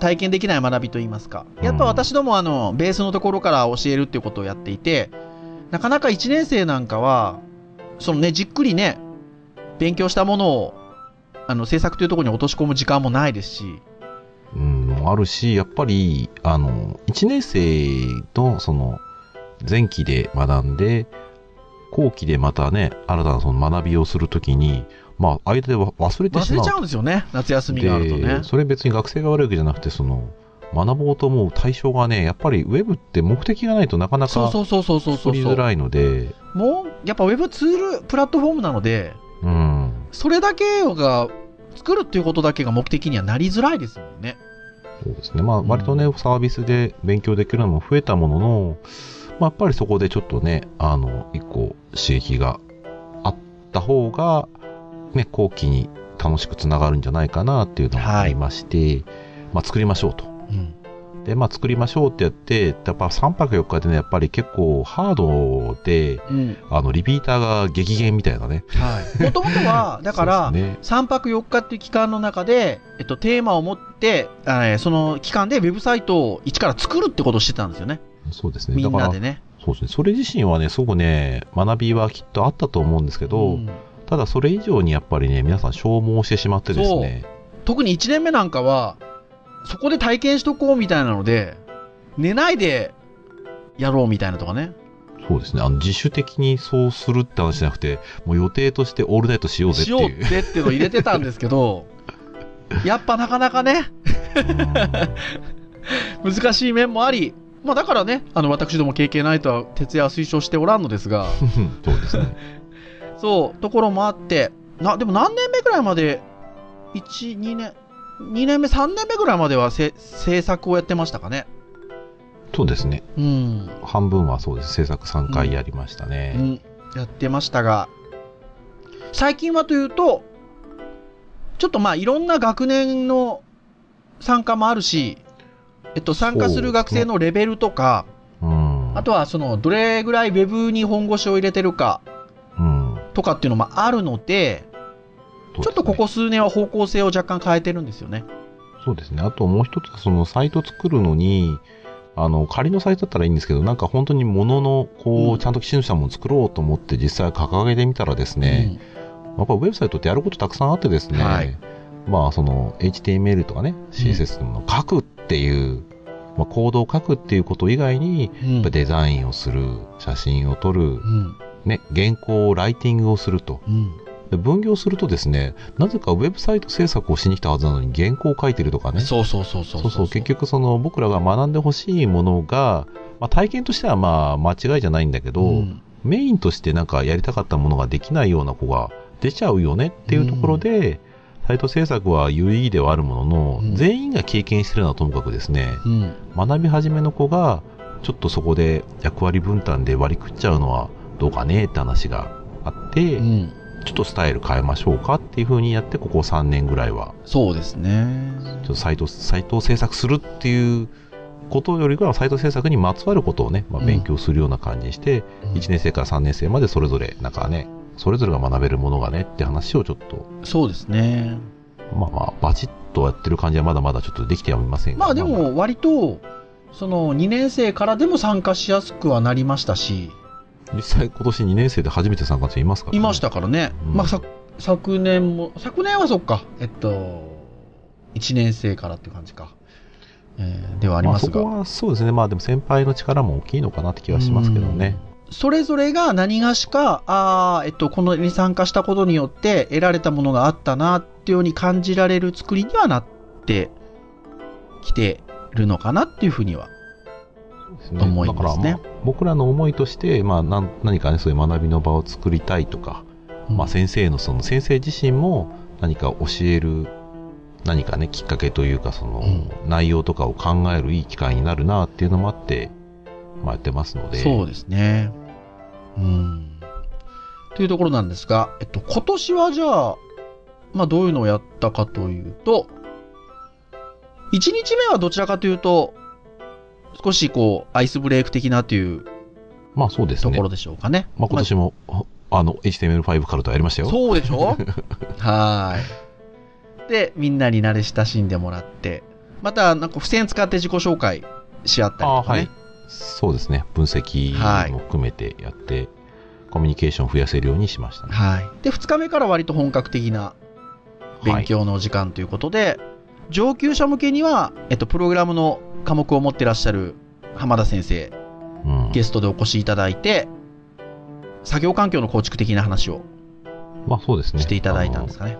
Speaker 3: 体験できない学びといいますかやっぱ私どもあのベースのところから教えるっていうことをやっていてなかなか1年生なんかはそのねじっくりね勉強したものをあの制作というところに落とし込む時間もないですし
Speaker 4: うん、あるし、やっぱり、あの、1年生の、その、前期で学んで、後期でまたね、新たなその学びをするときに、まあ、間でわ忘れてし
Speaker 3: 忘れ
Speaker 4: まう。
Speaker 3: ちゃうんですよね夏休みがあるとね
Speaker 4: で、。それ別に学生が悪いわけじゃなくて、その、学ぼうと思う対象がね、やっぱりウェブって目的がないとなかな
Speaker 3: そ
Speaker 4: か
Speaker 3: うそうそうそうそうそ
Speaker 4: 作
Speaker 3: う
Speaker 4: りづらいので、
Speaker 3: もうやっぱウェブツールプラットフォームなので
Speaker 4: うん、
Speaker 3: それだけが作るっていうことだけが目的にはなりづらいですもんね。
Speaker 4: そうですね。まあ、割とね、サービスで勉強できるのも増えたものの、まあ、やっぱりそこでちょっとね、あの、一個刺激があった方が、ね、後期に楽しくつながるんじゃないかなっていうのが
Speaker 3: はい
Speaker 4: ありまして、まあ、作りましょうと。
Speaker 3: うん
Speaker 4: で、まあ、作りましょうってやって、やっぱ3泊4日でね、やっぱり結構ハードで、
Speaker 3: うん
Speaker 4: あの、リピーターが激減みたいなね。
Speaker 3: (laughs) はい、もともとは、だから
Speaker 4: そう、ですね、
Speaker 3: 3泊4日っていう期間の中で、えっと、テーマを持って、あえーその期間でウェブサイトを一から作るってことをしてたんですよね。
Speaker 4: そうですね。
Speaker 3: み
Speaker 4: だ
Speaker 3: ん
Speaker 4: か
Speaker 3: な
Speaker 4: ら
Speaker 3: で、ね。
Speaker 4: そうですね。それ自身はね、すごくね、学びはきっとあったと思うんですけど、
Speaker 3: うん
Speaker 4: ただそれ以上にやっぱりね、皆さん消耗してしまってですね。
Speaker 3: 特に1年目なんかは、そこで体験しとこうみたいなので、寝ないでやろうみたいなとかね。
Speaker 4: そうですね。あの、自主的にそうするって話じゃなくて、もう予定としてオールナイトしようぜっ
Speaker 3: してようっ
Speaker 4: いう。
Speaker 3: てっていうのを入れてたんですけ
Speaker 4: (laughs)
Speaker 3: ど、やっぱなかなかね、難しい面もあり、まあだからね、あの、私ども経験ないとは徹夜は推奨しておらんのですが、
Speaker 4: うん (laughs) そうですね。
Speaker 3: そう、ところもあって、な、でも何年目ぐらいまで、1、2年、2年目、3年目ぐらいまではせ制作をやってましたかね。
Speaker 4: そうですね。
Speaker 3: うん。
Speaker 4: 半分はそうです。制作3回やりましたね。
Speaker 3: うん、やってましたが、最近はというと、ちょっとまあいろんな学年の参加もあるし、えっと、参加する学生のレベルとか、
Speaker 4: うん。
Speaker 3: あとはそのどれぐらいウェブに本腰を入れてるか
Speaker 4: うん、
Speaker 3: とかっていうのもあるので、ちょっとここ数年は方向性を若干変えてるんですよね。
Speaker 4: そうですね。あともう一つは、そのサイト作るのに、あの、仮のサイトだったらいいんですけど、なんか本当に物の、こ
Speaker 3: うん
Speaker 4: う、ちゃんときちんとしたものを作ろうと思って実際掲げてみたらですね、やっぱウェブサイトってやることたくさんあってですね、
Speaker 3: はい
Speaker 4: まあその HTML とかね、CSS の書くっていう、まあ、コードを書くっていうこと以外に、や
Speaker 3: うん
Speaker 4: っぱデザインをする、写真を撮る、ね、原稿をライティングをすると。
Speaker 3: うん
Speaker 4: で分業するとですね、なぜかウェブサイト制作をしに来たはずなのに原稿を書いてるとかね。
Speaker 3: そうそうそうそう
Speaker 4: そうそう結局その僕らが学んでほしいものが、まあ、体験としてはまあ間違いじゃないんだけど、
Speaker 3: うん
Speaker 4: メインとしてなんかやりたかったものができないような子が出ちゃうよねっていうところで、サイト制作は有意義ではあるものの、
Speaker 3: うん
Speaker 4: 全員が経験してるのはともかくですね
Speaker 3: うん
Speaker 4: 学び始めの子がちょっとそこで役割分担で割り食っちゃうのはどうかねって話があって、
Speaker 3: うん
Speaker 4: ちょっとスタイル変えましょうかっていうふうにやってここ3年ぐらいは
Speaker 3: そうですね。
Speaker 4: ちょっとサイト、サイトを制作するっていうことよりかは、サイト制作にまつわることをね、まあ、
Speaker 3: うん
Speaker 4: 勉強するような感じにして、1年生から3年生までそれぞれ、なんかね、それぞれが学べるものがねって話をちょっと、
Speaker 3: そうですね。
Speaker 4: まあまあ、バチッとやってる感じはまだまだちょっとできてはおりませんが。
Speaker 3: まあで、も割と、その2年生からでも参加しやすくはなりましたし、
Speaker 4: 実際今年2年生で初めて参加していますから、
Speaker 3: いまし。たからね。
Speaker 4: うん
Speaker 3: まあさ昨年も、昨年はそっか、えっと、1年生からっていう感じか。えーではあり
Speaker 4: まあ
Speaker 3: ます
Speaker 4: そ
Speaker 3: が、
Speaker 4: こはそうですね。まあでも先輩の力も大きいのかなって気はしますけどね。
Speaker 3: それぞれが何がしか、ああ、えっと、このに参加したことによって得られたものがあったなっていうように感じられる作りにはなってきてるのかなっていうふうには。
Speaker 4: ですね
Speaker 3: 思い
Speaker 4: だから
Speaker 3: ます
Speaker 4: ま
Speaker 3: ね
Speaker 4: あ、僕らの思いとして、まあなん何かね、そういう学びの場を作りたいとか、まあ、先生のその先生自身も何か教える何かねきっかけというかその内容とかを考えるいい機会になるなっていうのもあって、まあ、やってますので
Speaker 3: そうですね。うん。というところなんですが、えっと、今年はじゃあ、まあ、どういうのをやったかというと、1日目はどちらかというと、少しこう、アイスブレイク的なという
Speaker 4: まあそうです
Speaker 3: と
Speaker 4: ね
Speaker 3: ころでしょうかね。
Speaker 4: まあ、今年も、あの HTML5 カルトやりましたよ
Speaker 3: そうで
Speaker 4: (laughs)
Speaker 3: しょはーい。で、みんなに慣れ親しんでもらって、また、なんか付箋使って自己紹介し合ったり
Speaker 4: あ
Speaker 3: と
Speaker 4: あ
Speaker 3: か
Speaker 4: は
Speaker 3: ね。
Speaker 4: いそうですね分析も含めてやって、コミュニケーションを増やせるようにしましたね
Speaker 3: はい。で、2日目から割と本格的な勉強の時間ということで、上級者向けには、えっと、プログラムの科目を持ってらっしゃる浜田先生、
Speaker 4: はいうん
Speaker 3: ゲストでお越しいただいて、作業環境の構築的な話を
Speaker 4: まあそうですね
Speaker 3: していただいたんですかね。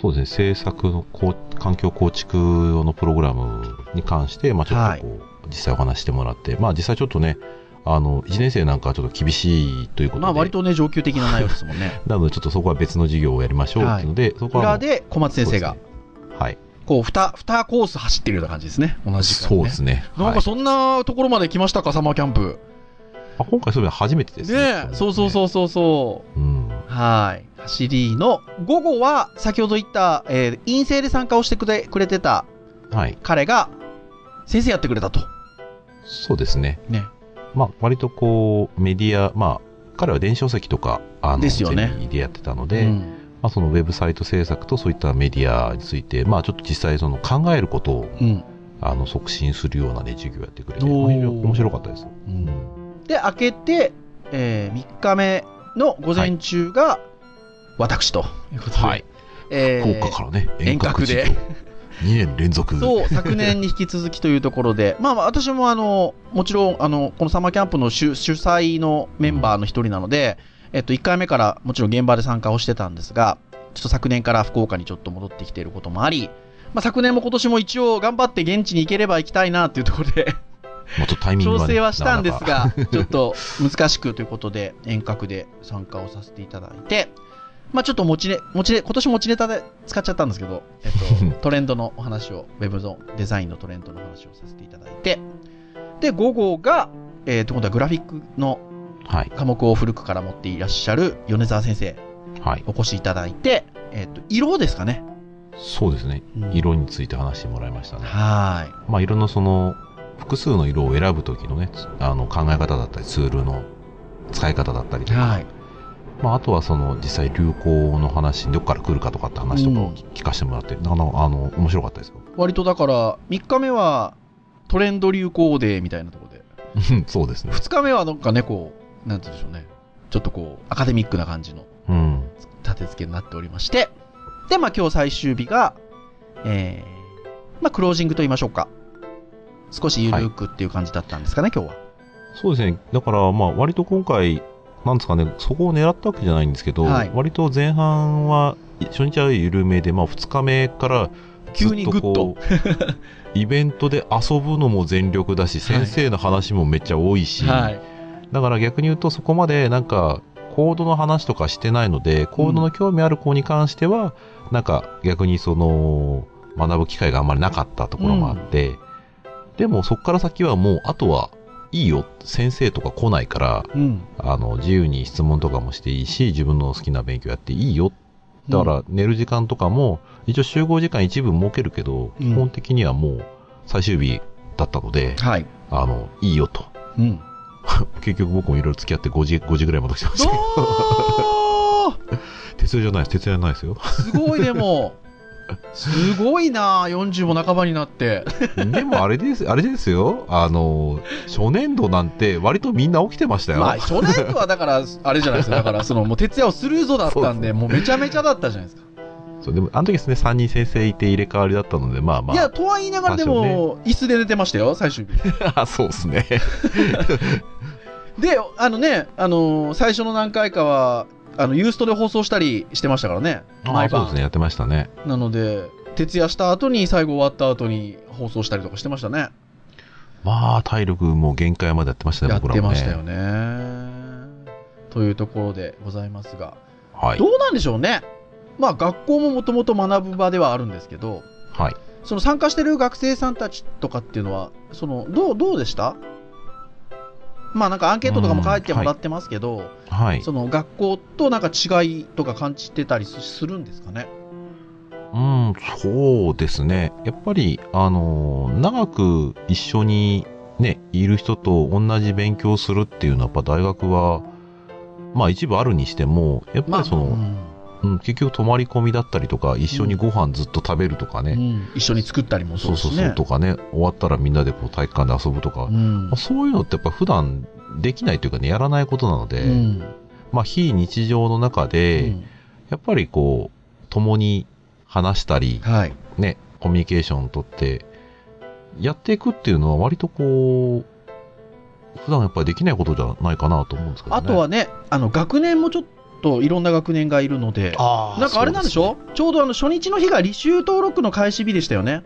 Speaker 4: そうですね、制作のこう環境構築用のプログラムに関して、まあ、ちょっとこう、実際お話してもらって、まあ、実際ちょっとね、あの1年生なんかはちょっと厳しいということで、
Speaker 3: まあ、割とね、上級的な内容ですもんね。
Speaker 4: (laughs) なので、ちょっとそこは別の授業をやりましょうっていうので、そこはもう
Speaker 3: 裏で小松先生が
Speaker 4: そうですねはい、
Speaker 3: こう、二、二コース走ってるような感じですね。同じ時間、ね。
Speaker 4: そうですね。
Speaker 3: なん
Speaker 4: は
Speaker 3: か
Speaker 4: い
Speaker 3: そんなところまで来ましたか、サマーキャンプ。
Speaker 4: あ今回そういうの初めてですね。
Speaker 3: ねえ、そうそうそうそうそう。
Speaker 4: う。うん。
Speaker 3: はい。走りの午後は先ほど言った、えー陰性で参加をしてくれくれてた
Speaker 4: はい。
Speaker 3: 彼が先生やってくれたと。
Speaker 4: そうですね。
Speaker 3: ね。
Speaker 4: まあ、割とこう、メディア、まあ、彼は電子書籍とか、あの、
Speaker 3: ですよね
Speaker 4: ゼミでやってたので、
Speaker 3: うん
Speaker 4: まあ、そのウェブサイト制作とそういったメディアについて、まあ、ちょっと実際その考えることを、
Speaker 3: うん
Speaker 4: あの、促進するようなね、授業をやってくれて、
Speaker 3: おー
Speaker 4: まあ非常に面白かったです。
Speaker 3: で、明けて、え3日目の午前中が、私ということで。
Speaker 4: はい。
Speaker 3: えー
Speaker 4: 福岡からね、
Speaker 3: 遠隔で
Speaker 4: 授業。2年連続。
Speaker 3: そう、昨年に引き続きというところで、まあまあ、私もあの、もちろん、あの、このサマーキャンプの主主催のメンバーの一人なので、えっと、1回目からもちろん現場で参加をしてたんですが、ちょっと昨年から福岡にちょっと戻ってきていることもあり、まあ、昨年も今年も一応頑張って現地に行ければ行きたいなっていうところで、
Speaker 4: まあちょっとタイミング
Speaker 3: 調
Speaker 4: は、ね、
Speaker 3: 整はしたんで
Speaker 4: な
Speaker 3: す
Speaker 4: かなか
Speaker 3: が、ちょっと難しくということで、遠隔で参加をさせていただいて、まあちょっと持ちね、持ちね、今年持ちネタで使っちゃったんですけど、え
Speaker 4: (laughs)
Speaker 3: っと、トレンドのお話を、ウェブのデザインのトレンドの話をさせていただいて、で、午後が、えー、と今度はグラフィックの
Speaker 4: はい。
Speaker 3: 科目を古くから持っていらっしゃる米沢先生、
Speaker 4: はい。
Speaker 3: お越しいただいて、えっ、と、色ですかね。
Speaker 4: そうですね。
Speaker 3: うん
Speaker 4: 色について話してもらいましたね。
Speaker 3: はーい。
Speaker 4: まあ、色のその、複数の色を選ぶときのね、つあの、考え方だったり、ツールの使い方だったりとか、
Speaker 3: はい。
Speaker 4: まあ、あとはその、実際流行の話、どこから来るかとかって話とかを聞聞かせてもらって、なかなか、あの、面白かったですよ。
Speaker 3: 割とだから、3日目はトレンド流行デーみたいなところで、
Speaker 4: うんそうですね。
Speaker 3: 2日目はなんかね、こう、なんて言うんでしょうね。ちょっとこう、アカデミックな感じの
Speaker 4: うん。
Speaker 3: 立て付けになっておりまして。で、まあ今日最終日が、えー、まあクロージングと言いましょうか。少しゆるくっていう感じだったんですかね、今日は。
Speaker 4: そうですね。だから、まあ、割と今回、なんですかね、そこを狙ったわけじゃないんですけど、
Speaker 3: はい
Speaker 4: 割と前半は、初日は緩めで、まあ、2日目から、
Speaker 3: (laughs) 急に
Speaker 4: ずっこう
Speaker 3: (laughs)
Speaker 4: イベントで遊ぶのも全力だし、
Speaker 3: は
Speaker 4: 先
Speaker 3: い
Speaker 4: 生の話もめっちゃ多いし、
Speaker 3: い。
Speaker 4: だから逆に言うとそこまでなんかコードの話とかしてないのでコードの興味ある子に関しては、なんか逆にその学ぶ機会があんまりなかったところもあって、でもそこから先はもうあとはいいよ先生とか来ないから
Speaker 3: うん。
Speaker 4: あの自由に質問とかもしていいし自分の好きな勉強やっていいよだか、ら寝る時間とかも一応集合時間一部設けるけど、
Speaker 3: うん
Speaker 4: 基本的にはもう最終日だったので
Speaker 3: はい。
Speaker 4: あのいいよと
Speaker 3: うん。
Speaker 4: 結局僕もいろいろ付き合って5時 ,5 時ぐらいまで来てましたけど (laughs)
Speaker 3: おー
Speaker 4: 徹夜じゃないです徹夜じゃないですよ
Speaker 3: すごいでも、すごいなあ40も半ばになって。
Speaker 4: でもあれですあれですよあの初年度なんて割とみんな起きてましたよ、
Speaker 3: まあ、初年度はだから、あれじゃないですか。だから、その、もう徹夜をするぞだったんで、もうめちゃめちゃだったじゃないですか。
Speaker 4: そうでもあの時ですね3人先生いて入れ替わりだったのでまあま
Speaker 3: いや、
Speaker 4: あ
Speaker 3: とは言いながらで
Speaker 4: 多
Speaker 3: も、椅子で寝てましたよ、最終日。
Speaker 4: (laughs) そうですね
Speaker 3: で、あのね、あのー最初の何回かは、あの、ユーストで放送したりしてましたからね。
Speaker 4: あ
Speaker 3: 毎
Speaker 4: そう
Speaker 3: 晩。
Speaker 4: ですねやってましたね
Speaker 3: なので、徹夜した後に、最後終わった後に放送したりとかしてましたね。
Speaker 4: まあ体力もう限界までやってましたね
Speaker 3: やっ
Speaker 4: 僕ら
Speaker 3: て
Speaker 4: も
Speaker 3: ま
Speaker 4: ね
Speaker 3: したよね。というところでございますが、
Speaker 4: はい
Speaker 3: どうなんでしょうね。まあ、学校ももともと学ぶ場ではあるんですけど、
Speaker 4: はい
Speaker 3: その参加してる学生さんたちとかっていうのは、そのどうどうでしたまあなんかアンケートとかも書いてもらってますけど、
Speaker 4: はい
Speaker 3: その学校となんか違いとか感じてたりすするんですかね。
Speaker 4: うん、そうですね。やっぱり、あの、長く一緒にね、いる人と同じ勉強するっていうのは、やっぱ大学は、まあ一部あるにしても、やっぱりその、
Speaker 3: うん
Speaker 4: うん結局泊まり込みだったりとか、一緒にご飯ずっと食べるとかね、
Speaker 3: うん一緒に作ったりもそ
Speaker 4: そうう
Speaker 3: です
Speaker 4: そ
Speaker 3: ね。
Speaker 4: うそうとかね、終わったらみんなでこう体育館で遊ぶとか、ま
Speaker 3: うん
Speaker 4: あそういうのってやっぱ普段できないというかね、やらないことなので、
Speaker 3: うん
Speaker 4: まあ非日常の中で、やっぱりこう、共に話したり、
Speaker 3: はい。
Speaker 4: ね、コミュニケーションをとって、やっていくっていうのは割とこう、普段やっぱりできないことじゃないかなと思うんですけどね。
Speaker 3: あとはね、あの学年もちょっといろんな学年がいるので、
Speaker 4: あー、
Speaker 3: なんかあれなんでしょちょうどあの初日の日が履修登録の開始日でしたよね。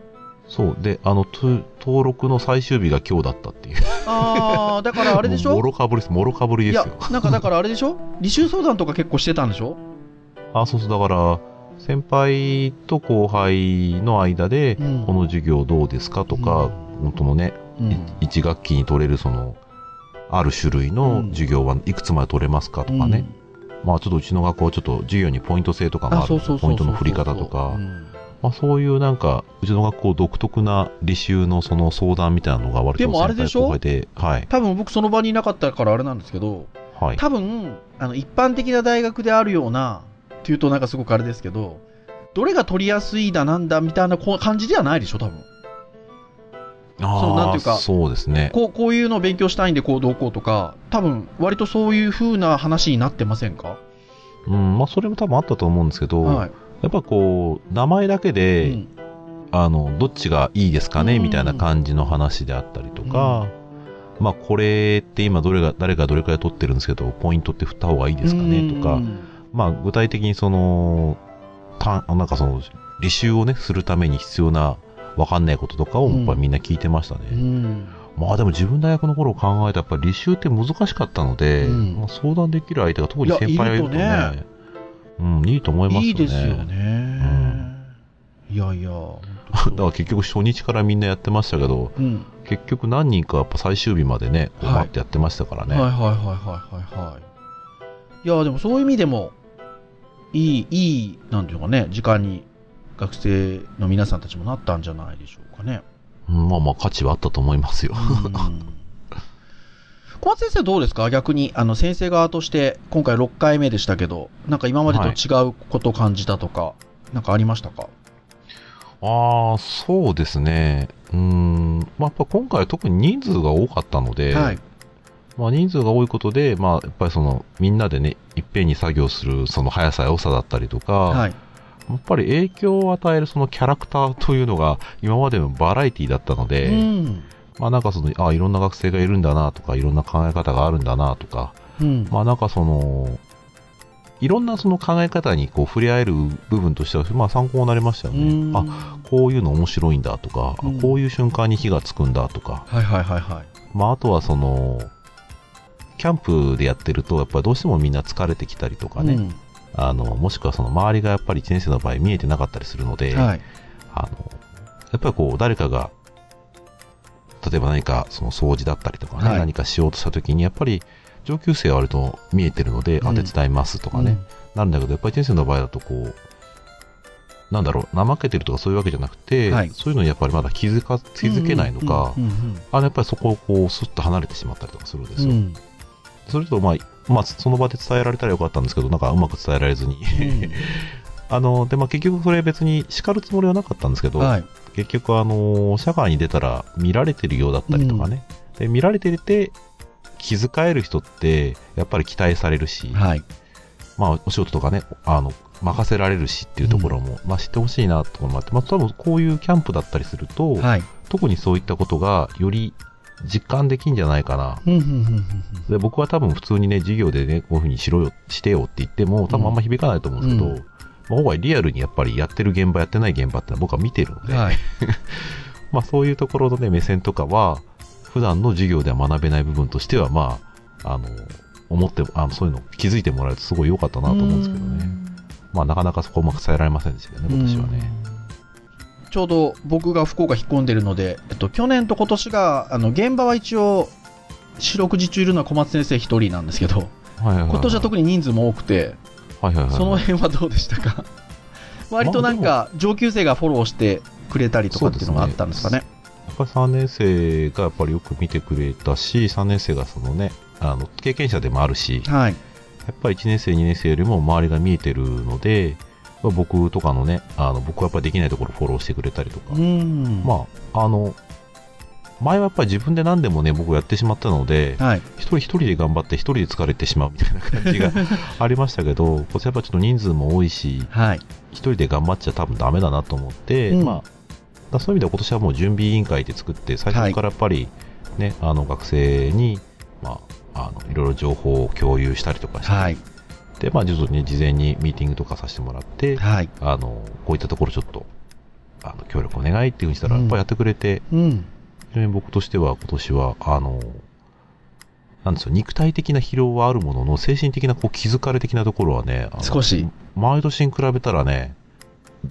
Speaker 4: そうそう。で、あの、と登録の最終日が今日だったっていう。
Speaker 3: ああ、だからあれでしょ
Speaker 4: もうもろかぶりです。もろかぶり
Speaker 3: い
Speaker 4: です
Speaker 3: や
Speaker 4: よ。、
Speaker 3: なんかだからあれでしょ履修相談とか結構してたんでしょ
Speaker 4: あ、そうそう。だから、先輩と後輩の間で、
Speaker 3: うん
Speaker 4: この授業どうですかとか、本当のね、
Speaker 3: うん
Speaker 4: 1学期に取れるその、ある種類の授業はいくつまで取れますかとかね。まあちょっとうちの学校はちょっと授業にポイント制とか
Speaker 3: うん
Speaker 4: もあ
Speaker 3: そ
Speaker 4: る
Speaker 3: うそうそうそう
Speaker 4: ポイントの振り方とか、
Speaker 3: うん
Speaker 4: まあそういうなんか、うちの学校独特な履修のその相談みたいなのが割と
Speaker 3: でもあれでしょ
Speaker 4: 先輩後輩で、はい、
Speaker 3: 多分僕その場にいなかったからあれなんですけど
Speaker 4: はい。
Speaker 3: 多分あの一般的な大学であるようなっていうとなんかすごくあれですけどどれが取りやすいだなんだみたいなこう感じではないでしょ多分
Speaker 4: あー
Speaker 3: そのなんていうか
Speaker 4: そうですね。
Speaker 3: こうこういうのを勉強したいんでこうどうこうとか多分割とそういう風な話になってませんか、
Speaker 4: うん、まあそれも多分あったと思うんですけど、
Speaker 3: はい
Speaker 4: やっぱこう、名前だけで、
Speaker 3: うん
Speaker 4: あの、どっちがいいですかね、
Speaker 3: うん
Speaker 4: みたいな感じの話であったりとか、まあこれって今どれが、誰がどれくらい取ってるんですけど、ポイントって振った方がいいですかね、とか、
Speaker 3: うん
Speaker 4: まあ具体的にその、たなんかその、履修をね、するために必要な、わかんないこととかを
Speaker 3: うん
Speaker 4: やっぱりみんな聞いてましたね。
Speaker 3: うん
Speaker 4: まあでも自分大学の頃を考えたらやっぱり履修って難しかったので、
Speaker 3: うん
Speaker 4: まあ、相談できる相手が特に先輩がいるとね
Speaker 3: いやいる
Speaker 4: うん、いいと思いますよね。
Speaker 3: いいですよね、いやいや、本当
Speaker 4: だから結局初日からみんなやってましたけど、
Speaker 3: うん
Speaker 4: 結局何人かやっぱ最終日までね、こう
Speaker 3: はい
Speaker 4: 待ってやってましたからね。
Speaker 3: はいはいはいはいはいはいいやでもそういう意味でもいいいいなんていうかね時間に学生の皆さんたちもなったんじゃないでしょうかね、
Speaker 4: うんまあまあ価値はあったと思いますよ
Speaker 3: う。ん小松先生どうですか逆にあの先生側として今回6回目でしたけどなんか今までと違うことを感じたとか、なんかありましたか
Speaker 4: ああ、そうですね。うん、まあやっぱ今回は特に人数が多かったので、
Speaker 3: はい
Speaker 4: まあ人数が多いことで、まあやっぱりそのみんなでね、いっぺんに作業するその速さ、良さだったりとか、
Speaker 3: はい
Speaker 4: やっぱり影響を与えるそのキャラクターというのが今までのバラエティだったので、
Speaker 3: うん
Speaker 4: まあなんかその、ああ、いろんな学生がいるんだなとか、いろんな考え方があるんだなとか、
Speaker 3: うん
Speaker 4: まあなんかその、いろんなその考え方にこう触れ合える部分としては、まあ参考になりましたよね。あ、
Speaker 3: あ
Speaker 4: こういうの面白いんだとか、あ
Speaker 3: うん
Speaker 4: こういう瞬間に火がつくんだとか、
Speaker 3: はいはいはいはい
Speaker 4: まああとはその、キャンプでやってると、やっぱりどうしてもみんな疲れてきたりとかね、
Speaker 3: うん
Speaker 4: あの、もしくはその周りがやっぱり1年生の場合見えてなかったりするので、
Speaker 3: はい
Speaker 4: あの、やっぱりこう、誰かが、例えば何かその掃除だったりとかね、
Speaker 3: はい
Speaker 4: 何かしようとしたときに、やっぱり上級生は割と見えてるので、
Speaker 3: う
Speaker 4: あ、
Speaker 3: ん
Speaker 4: 手伝いますとかね、なるんだけど、やっぱり先生の場合だとこう、なんだろう、怠けてるとかそういうわけじゃなくて、
Speaker 3: はい
Speaker 4: そういうのにやっぱりまだ気づか、気づけないのか、
Speaker 3: うんうんうんうん
Speaker 4: あのやっぱりそこをこう、スッと離れてしまったりとかするんです
Speaker 3: う
Speaker 4: よ。
Speaker 3: ん
Speaker 4: それと、まあ、まあ、その場で伝えられたらよかったんですけど、なんかうまく伝えられずに。 (laughs) あの、で、まあ結局それ別に叱るつもりはなかったんですけど、
Speaker 3: はい。
Speaker 4: 結局、あのー社会に出たら見られてるようだったりとかね、で見られてて気遣える人ってやっぱり期待されるし、
Speaker 3: はい。
Speaker 4: まあ、お仕事とかねあの任せられるしっていうところも、まあ、知ってほしいなとかもあって、まあ、多分こういうキャンプだったりすると、
Speaker 3: はい。
Speaker 4: 特にそういったことがより実感できんじゃないかな。
Speaker 3: うんうんうんうん
Speaker 4: で僕は多分普通にね、授業でね、こういうふうにしろよ、してよって言っても、多分あんま響かないと思うんですけど、
Speaker 3: うん
Speaker 4: まあ、ほぼリアルにやっぱりやってる現場、やってない現場ってのは僕は見てるの
Speaker 3: うん
Speaker 4: で、
Speaker 3: はい。
Speaker 4: まあ、そういうところの、ね、目線とかは、普段の授業では学べない部分としては、まあ、あの、思って、あのそういうの気づいてもらえるとすごい良かったなと思うんですけどね。まあ、なかなかそこうまく伝えられませんでしたけどね、今年はね。
Speaker 3: うん。ちょうど僕が福岡引っ込んでるので、えっと、去年と今年が、あの、現場は一応、四六時中いるのは小松先生一人なんですけど、
Speaker 4: はいはいはい。
Speaker 3: 今年は特に人数も多くて、
Speaker 4: はいはいはい。
Speaker 3: その辺はどうでした
Speaker 4: (laughs)
Speaker 3: か割となんか、上級生がフォローしてくれたりとかっていうのがあったんですかね。
Speaker 4: やっぱり3年生がやっぱりよく見てくれたし、3年生がそのね、あの、経験者でもあるし、
Speaker 3: はい。
Speaker 4: やっぱり1年生、2年生よりも周りが見えてるので、まあ僕とかのね、あの、僕はやっぱりできないところフォローしてくれたりとか、
Speaker 3: ん
Speaker 4: まあ、あの、前はやっぱり自分で何でもね、僕やってしまったので、
Speaker 3: はい。
Speaker 4: 一人一人で頑張って一人で疲れてしまうみたいな感じがありましたけど、こっちやっぱちょっと人数も多いし、
Speaker 3: はい。
Speaker 4: 一人で頑張っちゃ多分ダメだなと思って、
Speaker 3: うん
Speaker 4: まあ、だからそういう意味では今年はもう準備委員会で作って、最初からやっぱりね、あの学生に、まあ、あの、いろいろ情報を共有したりとかして、
Speaker 3: はい。
Speaker 4: で、まあ、徐々に事前にミーティングとかさせてもらって、
Speaker 3: はい。
Speaker 4: あの、こういったところちょっと、あの、協力お願いっていうふうにしたら、
Speaker 3: うん
Speaker 4: やっぱやってくれて、
Speaker 3: うん。
Speaker 4: 非常に僕としては今年は、あの、なんですよ、肉体的な疲労はあるものの、精神的なこう気づかれ的なところはね、あの
Speaker 3: 少し。
Speaker 4: 毎年に比べたらね、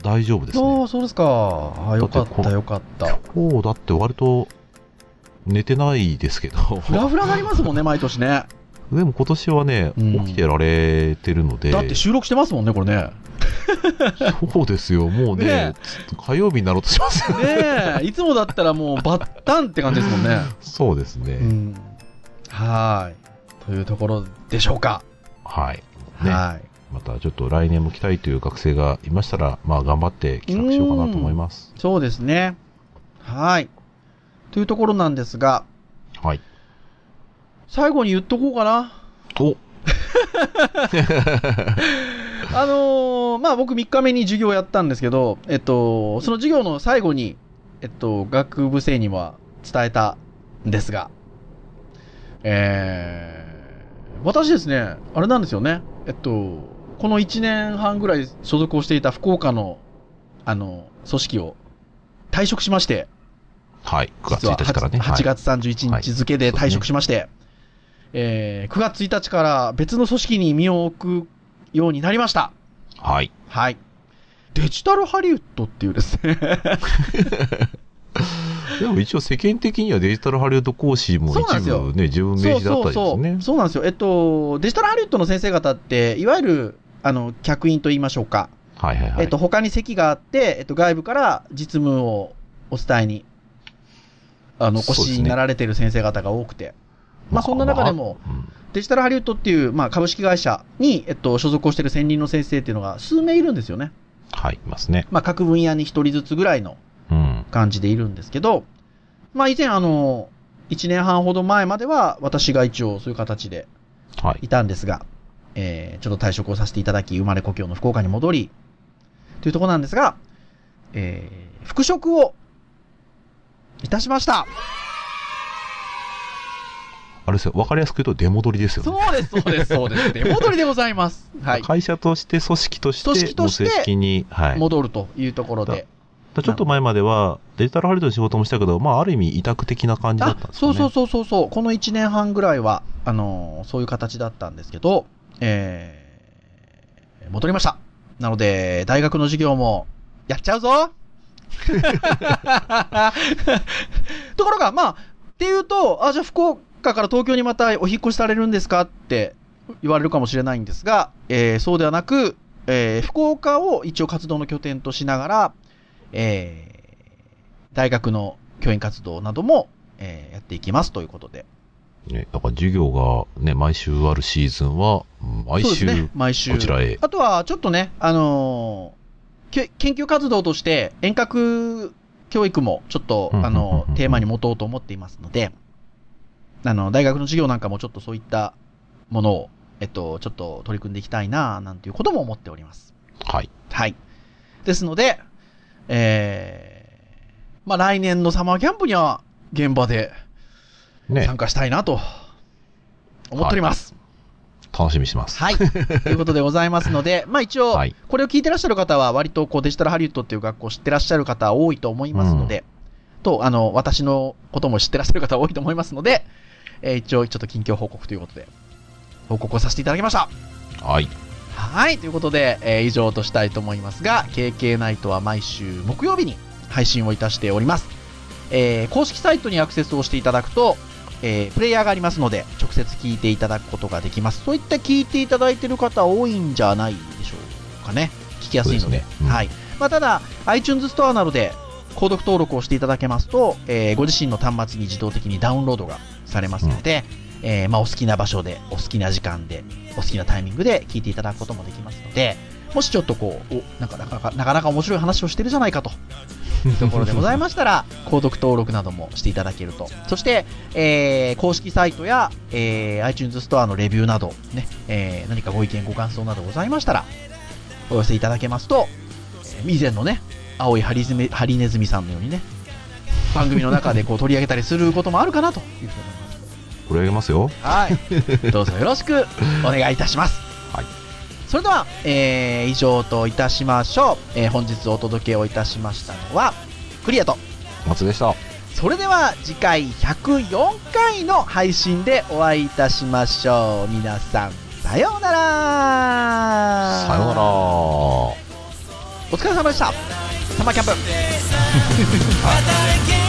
Speaker 4: 大丈夫です
Speaker 3: お
Speaker 4: ね。
Speaker 3: ーそうですか。あよか
Speaker 4: だ
Speaker 3: っ
Speaker 4: ってこ
Speaker 3: た、よかった。
Speaker 4: 今日だって割と寝てないですけど、
Speaker 3: フラフラなりますもんね、毎年ね。
Speaker 4: (laughs) でも今年はね、
Speaker 3: うん
Speaker 4: 起きてられてるので、
Speaker 3: だって収録してますもんね、これね。
Speaker 4: そうですよ、もうね
Speaker 3: ね
Speaker 4: 火曜日になろうとします
Speaker 3: (laughs)
Speaker 4: よ。
Speaker 3: ねえ、いつもだったらもうバッタンって感じですもんね。
Speaker 4: そうですね。
Speaker 3: うん。はーい。というところでしょうか。
Speaker 4: はい。ね、
Speaker 3: は
Speaker 4: またちょっと来年も来たいという学生がいましたら、まあ頑張って企画しようかなと思います。
Speaker 3: い。そうですね。はい。というところなんですが、
Speaker 4: はい。
Speaker 3: 最後に言っとこうかな。
Speaker 4: お
Speaker 3: あのーまあ僕3日目に授業やったんですけど、えっと、その授業の最後に、えっと、学部生には伝えたんですが、えー、私ですね、あれなんですよね、えっと、この1年半ぐらい所属をしていた福岡の、あの、組織を退職しまして、
Speaker 4: はい。9月
Speaker 3: 実は
Speaker 4: 1日からね。
Speaker 3: 8,
Speaker 4: はい
Speaker 3: 月31日付で退職しまして、えー9月1日から別の組織に身を置くようになりました。
Speaker 4: はい。
Speaker 3: はい。デジタルハリウッドっていうです
Speaker 4: (laughs)
Speaker 3: ね。
Speaker 4: でも一応世間的にはデジタルハリウッド講師も
Speaker 3: そうなん
Speaker 4: 一
Speaker 3: ですよ
Speaker 4: 部ね、自分
Speaker 3: そ
Speaker 4: 名
Speaker 3: う
Speaker 4: 詞だっ
Speaker 3: そ
Speaker 4: たりで
Speaker 3: う
Speaker 4: す
Speaker 3: そ
Speaker 4: ね
Speaker 3: う。。そうなんですよ。えっと、デジタルハリウッドの先生方って、いわゆる、あの、客員と言いましょうか。
Speaker 4: はいはいはい。
Speaker 3: えっと、他に席があって、えっと、外部から実務をお伝えに、あの、お越
Speaker 4: そうです
Speaker 3: し
Speaker 4: ね
Speaker 3: になられてる先生方が多くて。まあ、そんな中でも、
Speaker 4: まあ、うん
Speaker 3: デジタルハリウッドっていう、まあ、株式会社に、えっと、所属をしている専任の先生っていうのが数名いるんですよね。
Speaker 4: はい、いますね。
Speaker 3: まあ、各分野に一人ずつぐらいの
Speaker 4: うん。
Speaker 3: 感じでいるんですけど、まあ以前あの、1年半ほど前までは私が一応そういう形で
Speaker 4: はい。
Speaker 3: いたんですが、えー、ちょっと退職をさせていただき、生まれ故郷の福岡に戻り、というところなんですが、えー、復職をいたしました。
Speaker 4: あれですよ、わかりやすく言うと出戻りですよね。
Speaker 3: そうです、そうです、そうです。 (laughs) 出戻りでございます。はい。
Speaker 4: 会社として、組織として、
Speaker 3: 組織として
Speaker 4: もう正式に、はい。
Speaker 3: 戻るというところで。
Speaker 4: だちょっと前までは、デジタルハリウッドの仕事もしたけど、まあ、ある意味委託的な感じだ
Speaker 3: あ
Speaker 4: ったんです
Speaker 3: そ
Speaker 4: よ
Speaker 3: う
Speaker 4: ね。
Speaker 3: そう
Speaker 4: そ
Speaker 3: そうそうそう、この1年半ぐらいは、あのーそういう形だったんですけど、えー、戻りました。なので、大学の授業も、やっちゃ
Speaker 4: (laughs)
Speaker 3: うぞところが、まあ、っていうと、あ、じゃあ福岡から東京にまたお引っ越しされるんですかって言われるかもしれないんですが、えーそうではなく、えー福岡を一応活動の拠点としながら、えー大学の教員活動なども、えーやっていきますということで。
Speaker 4: う。ね、だから授業がね、毎週あるシーズンは、うん毎
Speaker 3: そう
Speaker 4: 週、
Speaker 3: ですね、毎週。
Speaker 4: こちらへ。
Speaker 3: あとは、ちょっとね、あのーけ研究活動として遠隔教育もちょっと、
Speaker 4: うんうん
Speaker 3: あ
Speaker 4: うんうん
Speaker 3: の、テーマに持とうと思っていますので、あの、大学の授業なんかもちょっとそういったものを、えっと、ちょっと取り組んでいきたいな、なんていうことも思っております。
Speaker 4: はい。
Speaker 3: はい。ですので、えー、まあ、来年のサマーキャンプには現場で
Speaker 4: ね
Speaker 3: 参、加したいなと思っております。
Speaker 4: 楽しみにしてます。
Speaker 3: はい。ということでございますの
Speaker 4: (laughs)
Speaker 3: で、まあ一応、
Speaker 4: はい
Speaker 3: これを聞いてらっしゃる方は、割とこうデジタルハリウッドっていう学校を知ってらっしゃる方多いと思いますので、と、あの、私のことも知ってらっしゃる方多いと思いますので、えー一応、ちょっと近況報告ということで、報告をさせていただきました。
Speaker 4: はい。
Speaker 3: はい。ということで、えー以上としたいと思いますが、KK ナイトは毎週木曜日に配信をいたしております。えー公式サイトにアクセスをしていただくと、えープレイヤーがありますので、直接聞いていただくことができます。そういった聞いていただいている方多いんじゃないでしょうかね。聞きやすいの
Speaker 4: そう
Speaker 3: で。
Speaker 4: ですねうん
Speaker 3: はい。まあ、ただ、iTunes ストアなどで、購読登録をしていただけますと、えーご自身の端末に自動的にダウンロードがされますので、えーまあ、お好きな場所で、お好きな時間で、お好きなタイミングで聞いていただくこともできますので、もしちょっとこう、おなんかなかなかなかなか面白い話をしてるじゃないかとところでございまし
Speaker 4: (laughs)
Speaker 3: たら、購読登録などもしていただけると。そして、えー公式サイトや、えー iTunes ストアのレビューなど、ね、えー何かご意見、ご感想などございましたら、お寄せいただけますと、えー以前のね、青いハリズミハリネズミさんのよう
Speaker 4: (laughs)
Speaker 3: にね、番組の中でこう取り上げたりすることもあるかなというふうに思います。
Speaker 4: これあげますよ。 (laughs)
Speaker 3: はい。どうぞよろしくお願いいたします。
Speaker 4: はい。
Speaker 3: それでは、えー以上といたしましょう。えー本日お届けをいたしましたのは、クリアと。
Speaker 4: 松でした。
Speaker 3: それでは次回104回の配信でお会いいたしましょう。皆さん、さようなら。
Speaker 4: さようなら。
Speaker 3: お疲れ様でした。サマーキャンプ。
Speaker 2: 働け